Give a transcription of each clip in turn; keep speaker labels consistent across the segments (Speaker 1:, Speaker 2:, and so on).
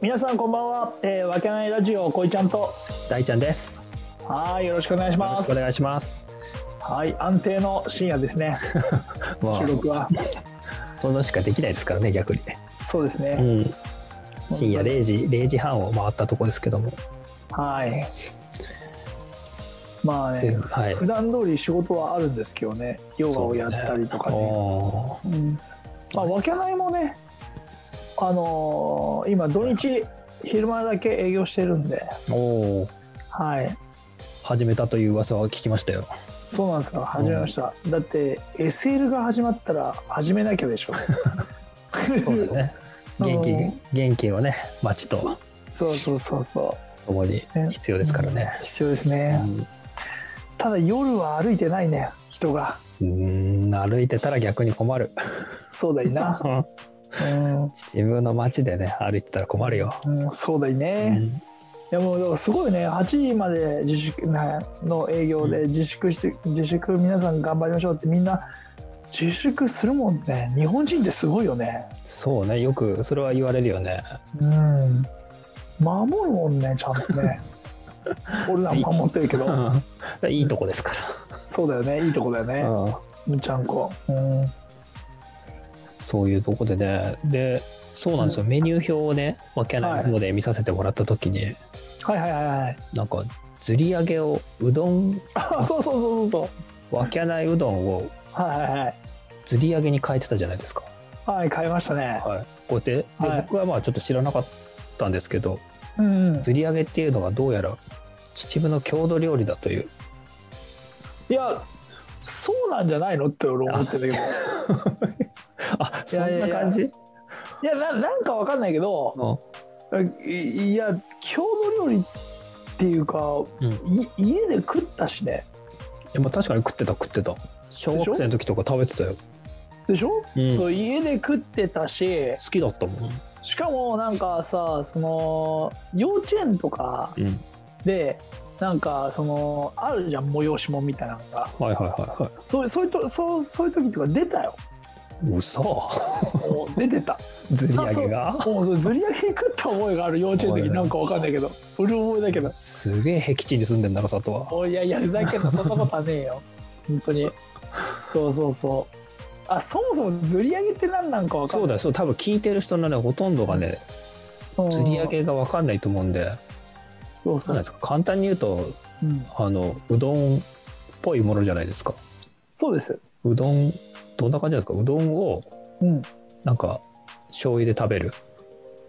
Speaker 1: 皆さんこんばんは、えー、わけないラジオこいちゃんと
Speaker 2: 大ちゃんです。
Speaker 1: はいよろしくお願いし
Speaker 2: よろ
Speaker 1: ま
Speaker 2: しくお
Speaker 1: す
Speaker 2: 願いします。
Speaker 1: はい安定の深夜ですね
Speaker 2: ま
Speaker 1: 収録は
Speaker 2: あ、そんなしかできないですからね、逆にね。
Speaker 1: そうです
Speaker 2: う
Speaker 1: ね、
Speaker 2: ん。深夜0時、0時半を回ったとこですけども。
Speaker 1: はいまあ
Speaker 2: 全
Speaker 1: ね
Speaker 2: 部はい。
Speaker 1: 普段通り仕事はあるんですけどねヨガをやったりとかね
Speaker 2: お
Speaker 1: うんまあわけないもねあのー今土日昼間だけ営業してるんで
Speaker 2: ーおー
Speaker 1: はい
Speaker 2: 始めたという噂は聞きましたよ。
Speaker 1: そうなんですよ始めました、だって SL が始まったら始めなきゃでしょ
Speaker 2: そうだね。
Speaker 1: あの
Speaker 2: 元気、元気をね、街と
Speaker 1: そうそうそうそ
Speaker 2: 共に必要ですからね。
Speaker 1: う必要ですね、ただ夜は歩いてないね人が
Speaker 2: うん、歩いてたら逆に困る。
Speaker 1: そうだいなうん、
Speaker 2: 自分の街でね、歩いてたら困るよ。
Speaker 1: うん、そうだいね、いやもうだからすごいね8時まで自粛なの営業で自粛して自粛皆さん頑張りましょうってみんな自粛するもんね日本人ってすごいよね
Speaker 2: そうね、よくそれは言われるよね。
Speaker 1: うん守るもんねちゃんと ね俺らも守ってるけど
Speaker 2: うんいいとこですか
Speaker 1: そうだよねいいとこだよ
Speaker 2: ら。
Speaker 1: ね
Speaker 2: うん
Speaker 1: むちゃんこうん
Speaker 2: そういうとこでね。で、そうなんですよ。メニュー表をね、わけないので見させてもらったときに、
Speaker 1: はいはいはいはい
Speaker 2: なんか、ずり上げを、うどん、
Speaker 1: あそうそうそうそう
Speaker 2: わけないうどんを
Speaker 1: そうはいはいはい
Speaker 2: ずり上げに変えてたじゃないですか。
Speaker 1: はい買いましたね
Speaker 2: はい。こうやって、で
Speaker 1: はい
Speaker 2: 僕はまあちょっと知らなかったんですけど、
Speaker 1: うんうん
Speaker 2: ずり上げっていうのがどうやら、秩父の郷土料理だという。
Speaker 1: いやそうなんじゃないのって俺思ってたけ ど
Speaker 2: あ、
Speaker 1: い
Speaker 2: そ
Speaker 1: やい
Speaker 2: ん
Speaker 1: や
Speaker 2: ない
Speaker 1: や
Speaker 2: 感じ
Speaker 1: いやななんかわかんないけどいいや郷土料理っていうか
Speaker 2: うん。い
Speaker 1: い家で食ったしね
Speaker 2: やまあ確かに食ってた食ってた。小学生の時とか食べてたよ。
Speaker 1: でしょ、
Speaker 2: うん
Speaker 1: そう家で食ってたし
Speaker 2: 好きだったもん。
Speaker 1: しかもなんかさその幼稚園とか
Speaker 2: うん。
Speaker 1: でなんかそのあるじゃん催し物みたいなのが
Speaker 2: はいはいはいは
Speaker 1: そうそういうとそうそういう時とか出たよ
Speaker 2: い。うそ
Speaker 1: もう出てた
Speaker 2: ずり上げが
Speaker 1: もうそれずり上げ食った覚えがある幼稚園の時なんかわかんないけどうる覚えだけど
Speaker 2: すげえ僻地に住んでんだな佐藤は
Speaker 1: おいやいやふざけんなそんなことはねえよ本当にそうそうそうあそもそもずり上げって何なんかわかん
Speaker 2: そ
Speaker 1: な
Speaker 2: う
Speaker 1: い
Speaker 2: だよそう多分聞いてる人のねほとんどがね
Speaker 1: そう
Speaker 2: 釣り上げが分かんないと思うんで
Speaker 1: そう
Speaker 2: そ
Speaker 1: そうう
Speaker 2: なんですか簡単に言うと
Speaker 1: うん、
Speaker 2: あのうどんっぽいものじゃないですか
Speaker 1: そうです
Speaker 2: うどんどんな感じなんですかうどんを
Speaker 1: うん
Speaker 2: なんか醤油で食べる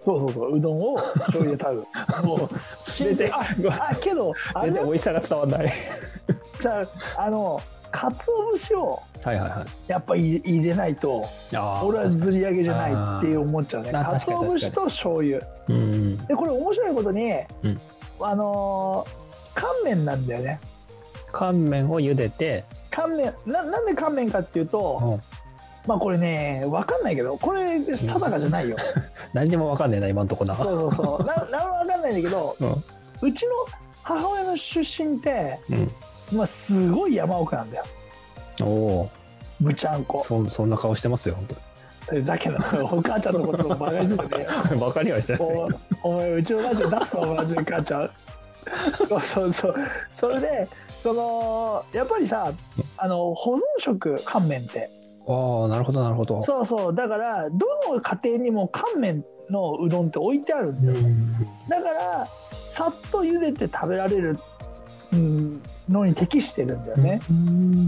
Speaker 1: そうそうそううどんを醤油で食 べるもう
Speaker 2: 出
Speaker 1: 全
Speaker 2: て
Speaker 1: 然ああけどあれ
Speaker 2: 全
Speaker 1: だっ
Speaker 2: 然美味しさが伝わんない
Speaker 1: ちゃあの鰹節を
Speaker 2: はいはいはい
Speaker 1: やっぱ入れ入れないと
Speaker 2: ああ
Speaker 1: 俺はずり上げじゃないって思っちゃうね
Speaker 2: あー確かに
Speaker 1: 鰹節と醤油
Speaker 2: うん
Speaker 1: でこれ面白いことに、
Speaker 2: うん
Speaker 1: あのー乾麺なんだよね
Speaker 2: 乾麺を茹でて、
Speaker 1: 乾麺ななんで乾麺かっていうと、
Speaker 2: うん、
Speaker 1: まあこれね分かんないけどこれ定かじゃないよ、
Speaker 2: 何にも分かんねえな今んとこな
Speaker 1: そうそうそ うななんも分かんないんだけど
Speaker 2: うん
Speaker 1: うちの母親の出身って、まあ、すごい山奥なんだよ
Speaker 2: うん、お
Speaker 1: むちゃん
Speaker 2: お
Speaker 1: こ
Speaker 2: そそんな顔してますよ本
Speaker 1: だけどお母ちゃんのことをバカにするね
Speaker 2: 当に バカにはしてない
Speaker 1: おお前うちの母ちゃん出すわ同じ母ちゃんそうそうそうそれでそのやっぱりさあの保存食乾麺って
Speaker 2: ああなるほどなるほど
Speaker 1: そうそうだからどの家庭にも乾麺のうどんって置いてあるんだよ、
Speaker 2: うん
Speaker 1: だからさっと茹でて食べられるうんのに適してるんだよね、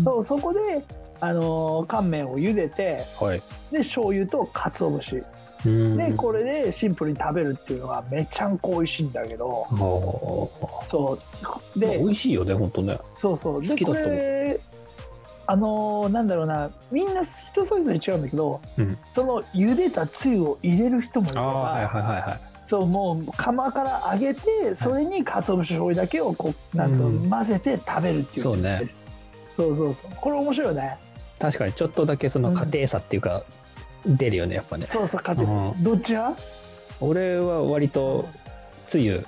Speaker 1: そうそこであのー乾麺を茹でて
Speaker 2: はい。
Speaker 1: で醤油と鰹節で
Speaker 2: で
Speaker 1: これでシンプルに食べるっていうのがめちゃんこ美味しいんだけど
Speaker 2: ああ。
Speaker 1: そう
Speaker 2: で、
Speaker 1: で
Speaker 2: 美味しいよね、本当ね。
Speaker 1: そうそうで
Speaker 2: 好きだ
Speaker 1: こ
Speaker 2: ったもん
Speaker 1: れあのーなんだろうなみんな人それぞれ違うんだけど、
Speaker 2: うん
Speaker 1: その茹でたつゆを入れる人もいれば、
Speaker 2: はいはいはい。
Speaker 1: そうもう釜から揚げてそれに鰹節醤油だけをこうなんつうの
Speaker 2: うん
Speaker 1: 混ぜて食べるっていう
Speaker 2: そうね
Speaker 1: ですそうそうそうこれ面白いよね
Speaker 2: 確かに、ちょっとだけその家庭差っていうか、出るよね、やっぱね。
Speaker 1: そうそう家庭
Speaker 2: あ
Speaker 1: 菜どっち派
Speaker 2: 俺は割と、つゆ、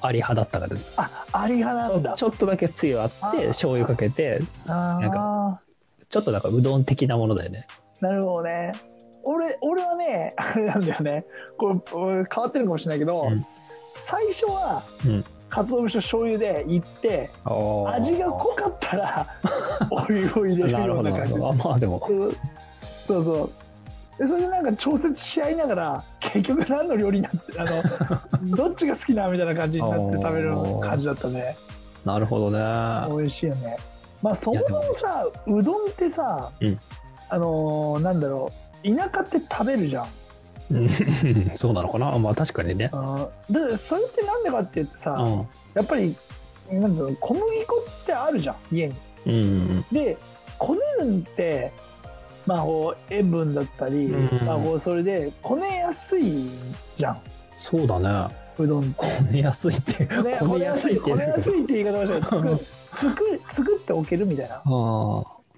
Speaker 2: あり派だったから、
Speaker 1: あアリ派なんだ
Speaker 2: ちょっとだけつゆあっ
Speaker 1: あ
Speaker 2: て、
Speaker 1: ー
Speaker 2: 醤油かけて、
Speaker 1: あ
Speaker 2: なん
Speaker 1: あ
Speaker 2: ちょっとなんかうどん的なものだよね。
Speaker 1: なるほどね俺俺はね あれなんだよねこれ俺変わってるのかもしれないけど、
Speaker 2: うん
Speaker 1: 最初は、
Speaker 2: うん
Speaker 1: 鰹節と醤油でいって
Speaker 2: ああ
Speaker 1: 味が濃かった らお湯を入れる
Speaker 2: なる
Speaker 1: よ
Speaker 2: ほ
Speaker 1: うな
Speaker 2: どな
Speaker 1: 感
Speaker 2: る
Speaker 1: じ
Speaker 2: ほどあまあでも
Speaker 1: うんそうそうでそれでなんか調節し合いながら結局何の料理になってあ のどっちが好きなみたいな感じになって食べる感じだったね
Speaker 2: なるほどね
Speaker 1: 美味しいよねまあそもそもさうどんってさ、
Speaker 2: うん
Speaker 1: あのーなんだろう田舎って食べるじゃん
Speaker 2: うんそうなのかなまあ確かにね
Speaker 1: あーだからそれってなんでかって言ってさ、
Speaker 2: うん
Speaker 1: やっぱりなんだろう小麦粉ってあるじゃん家に
Speaker 2: うん
Speaker 1: でこねるんってまあこう塩分だったり、
Speaker 2: うん
Speaker 1: まあこうそれでこねやすいじゃん
Speaker 2: そうだね
Speaker 1: うどんって
Speaker 2: こねやすいって
Speaker 1: こね
Speaker 2: こねやすいって
Speaker 1: こね やすいって言い方をして作作作っておけるみたいな
Speaker 2: ああ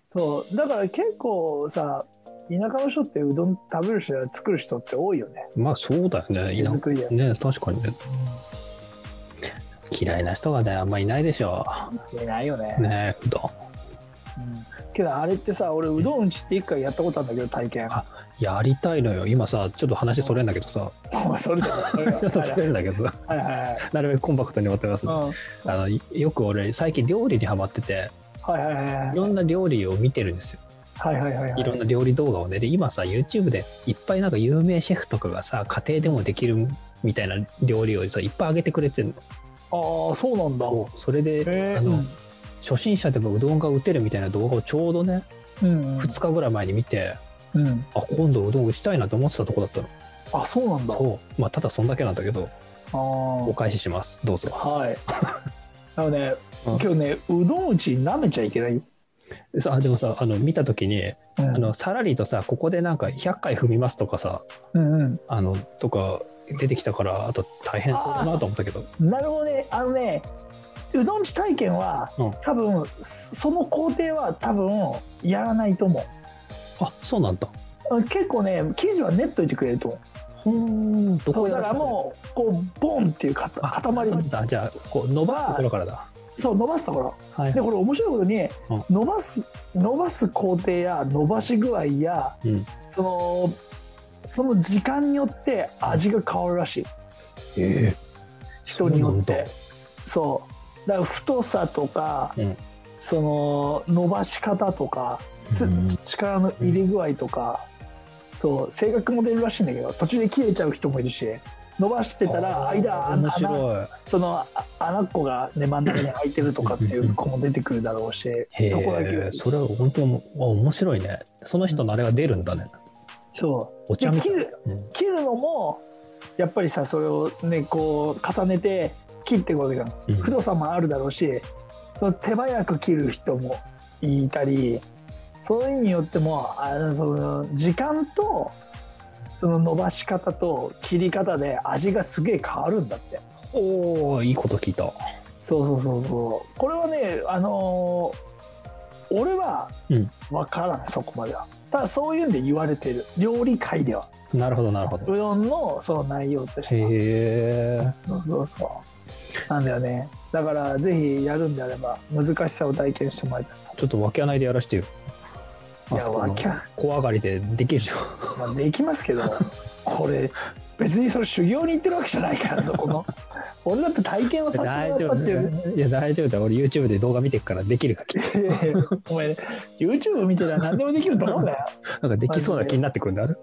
Speaker 1: そうだから結構さ田舎の人ってうどん食べる人や作る人って多いよね
Speaker 2: まあそうだよね
Speaker 1: 手
Speaker 2: 田
Speaker 1: 作りや
Speaker 2: 舎ね確かにね嫌いな人がねあんまいないでしょ
Speaker 1: いないよね
Speaker 2: うねえうどん
Speaker 1: うんけどあれってさ俺うどんうちって一回やったことあるんだけど体験
Speaker 2: あやりたいのよ今さちょっと話それんだけ どさ
Speaker 1: お 前それだよそれだ
Speaker 2: ちょっとそれんだけどさ
Speaker 1: はいはいはい
Speaker 2: なるべくコンパクトにまとめます
Speaker 1: うん
Speaker 2: あのよく俺最近料理にハマってて
Speaker 1: はいはいはい
Speaker 2: いろんな料理を見てるんですよ
Speaker 1: はいはいはいはい
Speaker 2: いろんな料理動画をねで今さ YouTube でいっぱいなんか有名シェフとかがさ家庭でもできるみたいな料理をさいっぱいあげてくれてる
Speaker 1: ああそうなんだ
Speaker 2: のそれで、
Speaker 1: へえ
Speaker 2: あの、初心者でもうどんが打てるみたいな動画をちょうどね
Speaker 1: うんうん
Speaker 2: 2日ぐらい前に見て
Speaker 1: うん
Speaker 2: あ今度うどん打ちたいなと思ってたとこだったの
Speaker 1: あそうなんだ
Speaker 2: そうまあただそんだけなんだけど
Speaker 1: あ
Speaker 2: お
Speaker 1: ー
Speaker 2: 返ししますどうぞ
Speaker 1: はいあのね
Speaker 2: う
Speaker 1: 今
Speaker 2: ん
Speaker 1: 日ねうどんうち舐めちゃいけないよ
Speaker 2: でさでもさあの見た時に
Speaker 1: あ
Speaker 2: あのさらりとさここでなんか100回踏みますとかさ
Speaker 1: うんうん
Speaker 2: あのとか出てきたからあと大変そうだなと思ったけど
Speaker 1: なるほどねあのねうどんうち体験は
Speaker 2: うん
Speaker 1: 多分その工程は多分やらないと思う
Speaker 2: あそうなんだ
Speaker 1: あ結構ね生地は練っといてくれると思う
Speaker 2: ほんど
Speaker 1: そ
Speaker 2: こ
Speaker 1: うだからもうこうボンっていうか
Speaker 2: あ
Speaker 1: 塊
Speaker 2: な
Speaker 1: を
Speaker 2: んだじゃあこう伸ばすところからだ
Speaker 1: そう伸ばすところ
Speaker 2: はい
Speaker 1: でこれ面白いことに、
Speaker 2: ん
Speaker 1: 伸ばす伸ばす工程や伸ばし具合や、
Speaker 2: うん
Speaker 1: そのその時間によって味が変わるらしい
Speaker 2: え
Speaker 1: 人によっ
Speaker 2: そうなん
Speaker 1: て
Speaker 2: だ
Speaker 1: そうだから太さとか、
Speaker 2: うん
Speaker 1: その伸ばし方とか、つ
Speaker 2: うん
Speaker 1: 力の入れ具合とか、そう性格も出るらしいんだけど途中で切れちゃう人もいるし伸ばしてたら間穴
Speaker 2: 面
Speaker 1: 穴
Speaker 2: 白い
Speaker 1: そのあ穴っこが、ね、真ん中に開いてるとかっていう子も出てくるだろうし
Speaker 2: へ
Speaker 1: そこだけ
Speaker 2: え
Speaker 1: です
Speaker 2: それは本当もあ面白いねその人のあれが出るんだね
Speaker 1: そう
Speaker 2: お茶みたい
Speaker 1: で切る
Speaker 2: うん
Speaker 1: 切るのもやっぱりさそれをねこう重ねて切っていくわけじゃん
Speaker 2: うん
Speaker 1: 太さもあるだろうしその手早く切る人もいたりそういう意味によってもあのその時間とその伸ばし方と切り方で味がすげえ変わるんだって
Speaker 2: おおいいこと聞いた
Speaker 1: そうそうそうそうこれはねあのー俺は
Speaker 2: うん
Speaker 1: 分からん、そこまではただそういうんで言われてる料理界では
Speaker 2: なるほどなるほど
Speaker 1: うどんのその内容としては
Speaker 2: へえ
Speaker 1: そうそうそうなんだよねだからぜひやるんであれば難しさを体験してもらいたい
Speaker 2: ちょっと分け穴でやらしてよ
Speaker 1: い
Speaker 2: あ
Speaker 1: や
Speaker 2: そこ
Speaker 1: わ
Speaker 2: の
Speaker 1: きゃ、
Speaker 2: 小上がりでできるじゃん
Speaker 1: まあ、できますけどこれ別にそれ修行に行ってるわけじゃないからそこ の俺だって体験をさせて
Speaker 2: 大
Speaker 1: も
Speaker 2: 丈
Speaker 1: らった
Speaker 2: 夫
Speaker 1: っていう
Speaker 2: いや大丈夫だよ俺 YouTube で動画見てるからできるかき
Speaker 1: いやいや お前 YouTube 見てたら何でもできると思うんだよ
Speaker 2: なんかできそうな気になってくるんだね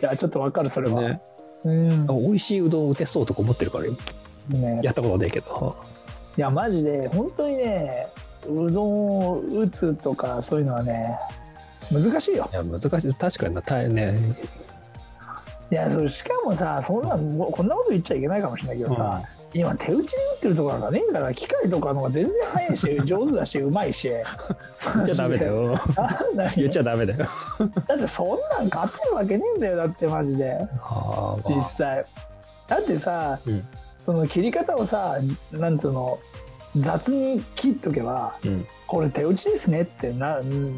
Speaker 1: いやちょっとわかるそれは、
Speaker 2: ね
Speaker 1: うん
Speaker 2: あ美味しいうどん打てそうとか思ってるから今
Speaker 1: ね
Speaker 2: やったことないけど
Speaker 1: いやマジで本当にねうどんを打つとかそういうのはね難しいよ
Speaker 2: いや難しい確かにな大ね
Speaker 1: いやそれしかもさそんなもうこんなこと言っちゃいけないかもしれないけどさ、今手打ちで打ってるところなんかねえから機械とかの方が全然早い し上手だしうまいし
Speaker 2: 言っちゃダメだ よ
Speaker 1: なんだ
Speaker 2: 言っち
Speaker 1: よ
Speaker 2: ゃダメだ よ
Speaker 1: だってそんなん勝てるわけねえんだよだってマジで
Speaker 2: あー
Speaker 1: 実
Speaker 2: まあ
Speaker 1: 際だってさ、
Speaker 2: うん
Speaker 1: その切り方をさじなんつうの雑に切っとけば
Speaker 2: うん
Speaker 1: これ手打ちですねってな、うん、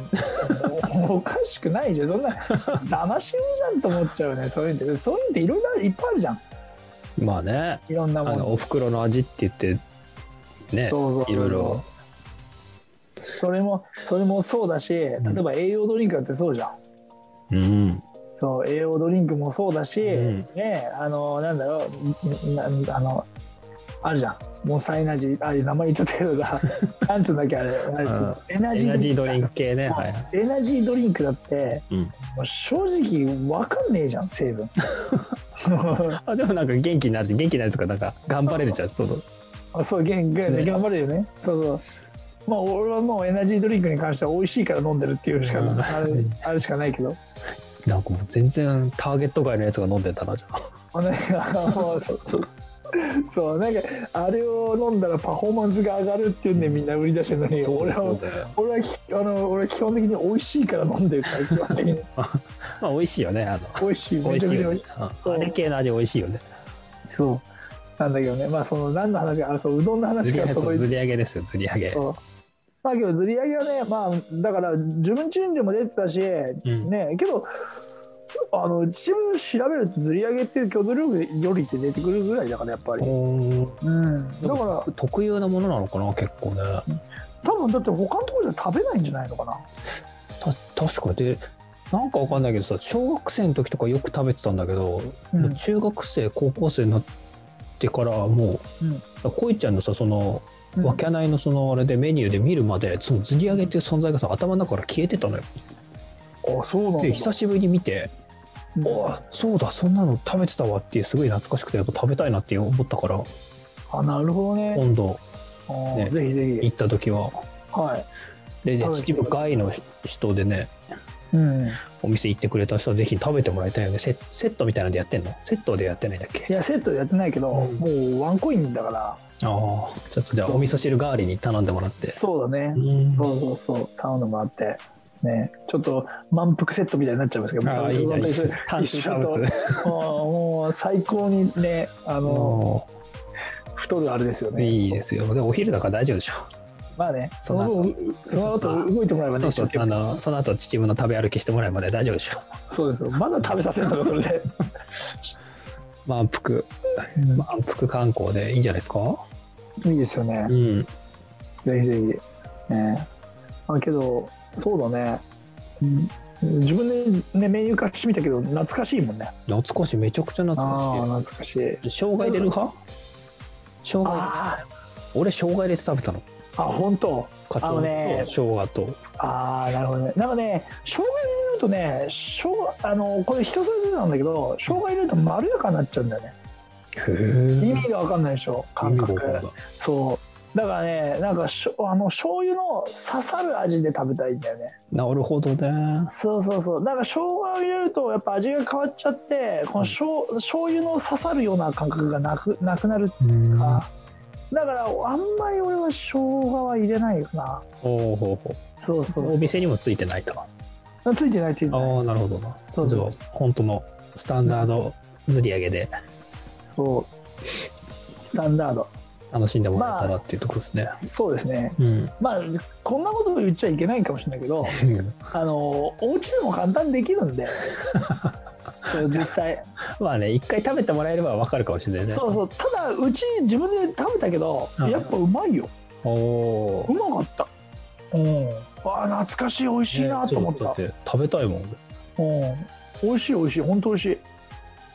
Speaker 1: もうおかしくないじゃんそんな騙し売りじゃんと思っちゃうよねそういうのってそういうのっていろいろいっぱいあるじゃん
Speaker 2: まあね
Speaker 1: いろんなも
Speaker 2: あの
Speaker 1: の
Speaker 2: お袋の味って言ってね
Speaker 1: そうそうそう
Speaker 2: いろいろ
Speaker 1: それもそれもそうだし例えば栄養ドリンクだってそうじゃん、
Speaker 2: うん
Speaker 1: そう栄養ドリンクもそうだし、
Speaker 2: うん
Speaker 1: ねあのなんだろうなんあのあるじゃんもうサイナジーあ名前言っちゃったけど さなんつうんだっけあれあれ
Speaker 2: うん
Speaker 1: エナ
Speaker 2: エナジードリン
Speaker 1: ク
Speaker 2: ク系ね。
Speaker 1: だ
Speaker 2: はい。
Speaker 1: エナジードリンクだって、
Speaker 2: うん
Speaker 1: もう正直わかんねえじゃん成 分
Speaker 2: あでもなんか元気になる元気になるとかなんか頑張れるじゃんその
Speaker 1: あそう元気で
Speaker 2: ね
Speaker 1: 頑張れるよねそうそうまあ俺はもうエナジードリンクに関しては美味しいから飲んでるっていうしか、
Speaker 2: うん
Speaker 1: あれあれしかないけ ど
Speaker 2: なんかもう全然ターゲット外のやつが飲んでたなじゃあ
Speaker 1: あなんかそうそうそうなんかあれを飲んだらパフォーマンスが上がるっていうんでみんな売り出してるのに俺は
Speaker 2: だよ
Speaker 1: 俺はきあの俺は基本的に美味しいから飲んでるから基本的に
Speaker 2: まあ美味しいよねあの
Speaker 1: 美味しい
Speaker 2: 美
Speaker 1: めち
Speaker 2: 味
Speaker 1: ゃく
Speaker 2: しい
Speaker 1: ちゃ美味
Speaker 2: よね
Speaker 1: しい
Speaker 2: うんあれ系の味美味しいよね
Speaker 1: そうなんだけどねまあその何の話かあそううどんの
Speaker 2: ず
Speaker 1: 話
Speaker 2: り
Speaker 1: からそこに
Speaker 2: ずり上げですよずり上げ
Speaker 1: そうまあけどずり上げはねまあだから自分チームでも出てたし、
Speaker 2: ん
Speaker 1: ねけどあの自分調べるとずり上げっていう挙動力よりって出てくるぐらいだからやっぱり、
Speaker 2: お
Speaker 1: うん、だから
Speaker 2: 特有なものなのかな結構ね
Speaker 1: 多分だって他のところでは食べないんじゃないのかな
Speaker 2: た確かでなんかわかんないけどさ小学生の時とかよく食べてたんだけど、
Speaker 1: うん
Speaker 2: もう中学生高校生になってからもう、
Speaker 1: うん
Speaker 2: だからこいちゃんのさその
Speaker 1: うん
Speaker 2: わけないのそのあれでメニューで見るまでそのずり上げっていう存在がさ頭の中から消えてたのよ
Speaker 1: あそうなんだ
Speaker 2: で久しぶりに見て
Speaker 1: うん
Speaker 2: 「おあそうだそんなの食べてたわ」っていうすごい懐かしくてやっぱ食べたいなって思ったから
Speaker 1: あなるほどね
Speaker 2: 今度
Speaker 1: あー
Speaker 2: ね
Speaker 1: ぜひぜひ
Speaker 2: 行った時は
Speaker 1: はい
Speaker 2: でね
Speaker 1: はい
Speaker 2: 秩父外の人でね
Speaker 1: うん、い
Speaker 2: お店行ってくれた人はぜひ食べてもらいたいよねセセットみたいなんでやってんのセットでやってないんだっけ
Speaker 1: やセットでやってないけど、
Speaker 2: うん
Speaker 1: もうワンコインだから
Speaker 2: ああちょっとじゃあお味噌汁代わりに頼んでもらって
Speaker 1: そうだね、
Speaker 2: うん
Speaker 1: そうそうそう頼んでもらってねちょっと満腹セットみたいになっちゃいますけど
Speaker 2: ああいいじゃんいいじゃ ん炭水化物
Speaker 1: あーもう最高にねあの、
Speaker 2: も
Speaker 1: 太るあれですよ
Speaker 2: う
Speaker 1: ね
Speaker 2: いいですよでもお昼だから大丈夫でしょ
Speaker 1: まあねそ
Speaker 2: そう
Speaker 1: の分その
Speaker 2: そうそ
Speaker 1: 後動いてもらえば
Speaker 2: そ
Speaker 1: ね
Speaker 2: うそう
Speaker 1: 一生懸命
Speaker 2: あのその後秩父の食べ歩きしてもらえばね大丈夫でしょ
Speaker 1: そうですよまだ食べさせるのかそれで、
Speaker 2: 満腹
Speaker 1: ま
Speaker 2: 満腹観光でいいんじゃないですか
Speaker 1: あいいですよね
Speaker 2: うん
Speaker 1: ぜひぜひねあけどそうだね、うん自分で、ね、メニュー化してみたけど懐かしいもんね
Speaker 2: 懐かしいめちゃくちゃ懐
Speaker 1: ああ
Speaker 2: か
Speaker 1: 懐かしい
Speaker 2: しい障害出る派障害
Speaker 1: あ
Speaker 2: 俺障害で食べたの
Speaker 1: ーあ本当
Speaker 2: カツ
Speaker 1: あ
Speaker 2: オ
Speaker 1: のね
Speaker 2: と生姜と
Speaker 1: ああなるほどねなんかね生姜入れるとね生姜あのこれ人それぞれなんだけど生姜入れるとまろやかになっちゃうんだよね
Speaker 2: へ
Speaker 1: 意味が分かんないでしょ感覚そうだからねなんかしょあの醤油の刺さる味で食べたいんだよね
Speaker 2: なるほどね
Speaker 1: そうそうそうだから生姜を入れるとやっぱ味が変わっちゃってこのしょう醤油の刺さるような感覚がなくなくなる
Speaker 2: うん
Speaker 1: か、だからあんまり俺は生姜は入れないよな
Speaker 2: ほうほうほ
Speaker 1: そうそう
Speaker 2: うお店にもついてないとあ
Speaker 1: ついてないついて
Speaker 2: あ
Speaker 1: ない
Speaker 2: ーなるほどな
Speaker 1: そう
Speaker 2: じ
Speaker 1: そ
Speaker 2: ゃ
Speaker 1: う
Speaker 2: あ本当のスタンダードずり上げで
Speaker 1: そうスタンダード
Speaker 2: 楽しんでもらえたらっていうとこですね、
Speaker 1: そうですね
Speaker 2: うん
Speaker 1: まあこんなこと言っちゃいけないかもしれないけどあのお家でも簡単にできる んでそう実際
Speaker 2: まあね一回食べてもらえればわかるかもしれないね
Speaker 1: そうそうただうち自分で食べたけど
Speaker 2: うん
Speaker 1: やっぱうまいよ
Speaker 2: おお
Speaker 1: うまかったうんあー懐かしい美味しいなと思った、
Speaker 2: ねちょとだて食べたいもん
Speaker 1: うん美味しい美味しい本当美味しい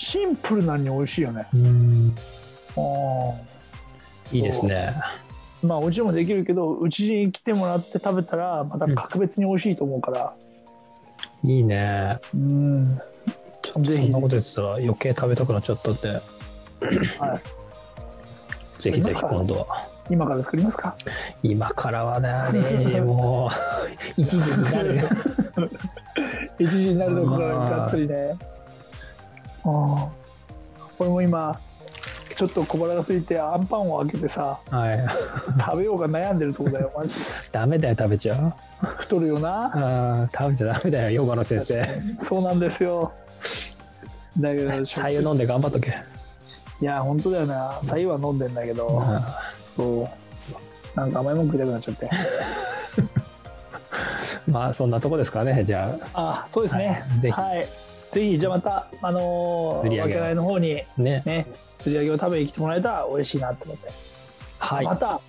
Speaker 1: シンプルなのに美味しいよね
Speaker 2: うん
Speaker 1: う
Speaker 2: いいですね
Speaker 1: んまあうちでもできるけどうちに来てもらって食べたらまた格別に美味しいと思うから
Speaker 2: いいね
Speaker 1: うん
Speaker 2: ちょっと
Speaker 1: ぜ
Speaker 2: そ
Speaker 1: ひ
Speaker 2: んなこと言ってたら余計食べたくなっちゃったって
Speaker 1: はい
Speaker 2: ぜひぜひ今度は
Speaker 1: 今から作りますか
Speaker 2: 今からはね0時も う1時になる
Speaker 1: 一時になるとこからがっつりねああそれも今ちょっと小腹が空いてアンパンを開けてさ
Speaker 2: はい
Speaker 1: 食べようか悩んでるとこ だよマジで
Speaker 2: ダメだよ食べちゃう
Speaker 1: 太るよな
Speaker 2: あー食べちゃダメだよヨガの先生
Speaker 1: そうなんですよだけど
Speaker 2: 茶湯飲んで頑張っとけ
Speaker 1: いや本当だよな白湯は飲んでんだけど、そうなんか甘いもん食いたくなっちゃって
Speaker 2: まあそんなとこですかねじゃ
Speaker 1: あそうですね
Speaker 2: はいぜひ
Speaker 1: はい、ぜひじゃあまたあの
Speaker 2: 釣
Speaker 1: ー、
Speaker 2: り上
Speaker 1: わ
Speaker 2: げ
Speaker 1: けないの方に
Speaker 2: あね
Speaker 1: ね釣り上げを食べに来てもらえたら嬉しいなと思って、
Speaker 2: はい
Speaker 1: また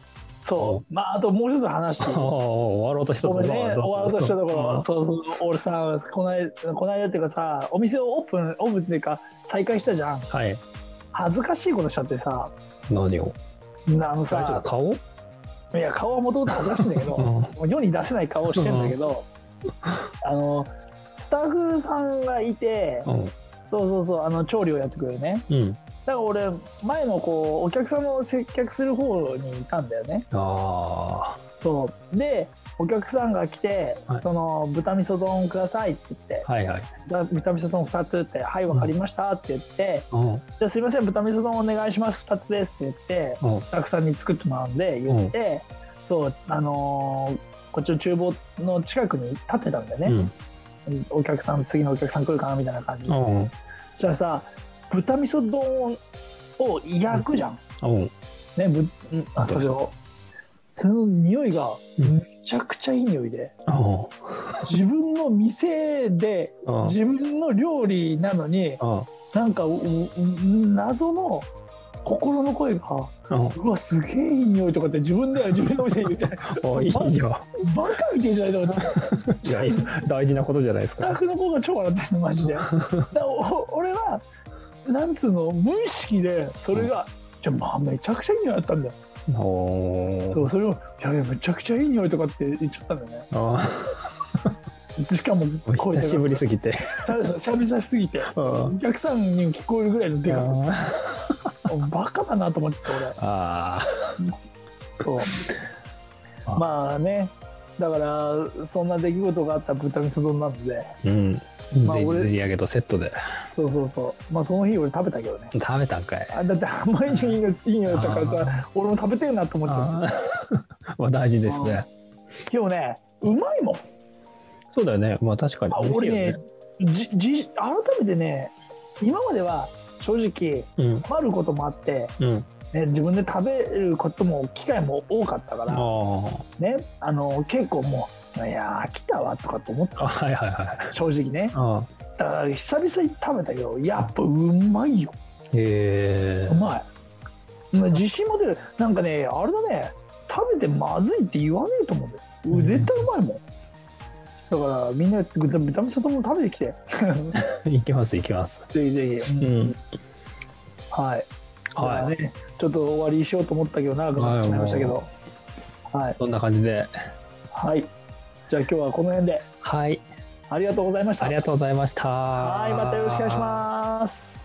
Speaker 1: そう。まあ、あともう一つ話 していい
Speaker 2: ああ終わろうとした
Speaker 1: ごめんね、終わろうとしたとこ
Speaker 2: う
Speaker 1: ろ
Speaker 2: ん、
Speaker 1: そうそう、俺さ、この間、この間っていうかさ、お店をオープン、オープンっていうか、再開したじゃん。
Speaker 2: はい
Speaker 1: 恥ずかしいことしちゃってさ、
Speaker 2: 何を
Speaker 1: あの
Speaker 2: 大丈夫
Speaker 1: さ、
Speaker 2: 顔
Speaker 1: いや、顔はもともと恥ずかしいんだけど、
Speaker 2: うん
Speaker 1: もう世に出せない顔をしてんだけど、あの、スタッフさんがいて、
Speaker 2: うん
Speaker 1: そうそうそう、あの、調理をやってくれるね。
Speaker 2: うん
Speaker 1: だから俺、前もこう、お客様を接客する方にいたんだよね。
Speaker 2: あ
Speaker 1: そう。で、お客さんが来て、
Speaker 2: はい
Speaker 1: その、豚味噌丼くださいって言って、
Speaker 2: あはいはい
Speaker 1: 豚豚味噌丼2つって「はいわかりました」って言って
Speaker 2: うん
Speaker 1: 「じゃあすいません豚味噌丼お願いします2つです」って言って
Speaker 2: うん
Speaker 1: スタッフさんに作ってもらうんで言って、そうあのーこっちの厨房の近くに立ってたんだよね、お客さん次のお客さん来るかなみたいな感じ、
Speaker 2: う
Speaker 1: そ
Speaker 2: んうん
Speaker 1: したらさ豚味噌丼を焼くじゃん、
Speaker 2: うん
Speaker 1: ねぶうんあそれをその匂いが
Speaker 2: うん
Speaker 1: めちゃくちゃいい匂いで
Speaker 2: うん
Speaker 1: 自分の店で
Speaker 2: うん
Speaker 1: 自分の料理なのに
Speaker 2: うん
Speaker 1: なんかうう謎の心の声が
Speaker 2: うん
Speaker 1: 「うわすげえいい匂い」とかって自分では自分の店に言うじゃない
Speaker 2: あいいよ
Speaker 1: バカみてえじゃないとかって
Speaker 2: いや大事なことじゃないです
Speaker 1: スタッ
Speaker 2: か
Speaker 1: フの方が超笑ってるのマジでだからお俺はなんつうの無意識でそれが、じゃあまあめちゃくちゃいい匂いだったんだよ、
Speaker 2: お
Speaker 1: そ
Speaker 2: ー
Speaker 1: うそれを「いやいやめちゃくちゃいい匂い」とかって言っちゃったんだよね
Speaker 2: あ
Speaker 1: しかも
Speaker 2: ー
Speaker 1: 声
Speaker 2: 久しぶりすぎて
Speaker 1: さ久々すぎて
Speaker 2: うん
Speaker 1: お客さんに聞こえるぐらいのでかさ
Speaker 2: あ
Speaker 1: バカだなと思っちゃった俺
Speaker 2: あ
Speaker 1: そう
Speaker 2: あ
Speaker 1: まあねだからそんな出来事があった豚味噌丼なので
Speaker 2: ーうん
Speaker 1: まあ
Speaker 2: ぜ
Speaker 1: 俺
Speaker 2: ぜり上げとセットで
Speaker 1: そうそうそうまあその日俺食べたけどね
Speaker 2: 食べたんかい
Speaker 1: あだってあんまりいいのいいのだったからさ俺も食べてるなと思っちゃっ
Speaker 2: あー まあ大事ですね
Speaker 1: たでもねうまいもん
Speaker 2: そうだよねまあ確かに
Speaker 1: あ俺ねじじ改めてね今までは正直
Speaker 2: うん
Speaker 1: 困ることもあって、
Speaker 2: うん
Speaker 1: ね、自分で食べることも機会も多かったか
Speaker 2: あ
Speaker 1: ら
Speaker 2: ー
Speaker 1: ねあの結構もういやー飽きたわとかと思って
Speaker 2: あ
Speaker 1: た
Speaker 2: はいはいはい
Speaker 1: 正直ね
Speaker 2: あ
Speaker 1: だから久々に食べたけどやっぱうまいよ
Speaker 2: ーへえ
Speaker 1: うまいまあ自信も出るなんかねあれだね食べてまずいって言わねえと思うんだよ
Speaker 2: うん
Speaker 1: 絶対うまいもんだからみんな豚豚味噌丼も食べてきて
Speaker 2: 行きます行きます
Speaker 1: ぜひぜひ、
Speaker 2: う
Speaker 1: うん
Speaker 2: ん
Speaker 1: はい、
Speaker 2: はい
Speaker 1: だからねちょっと終わりにしようと思ったけど長くなってしまいましたけどはい、
Speaker 2: そんな感じで
Speaker 1: はい、じゃあ今日はこの辺で
Speaker 2: はい
Speaker 1: ありがとうございました
Speaker 2: ありがとうございましたは
Speaker 1: はいまたよろしくお願いします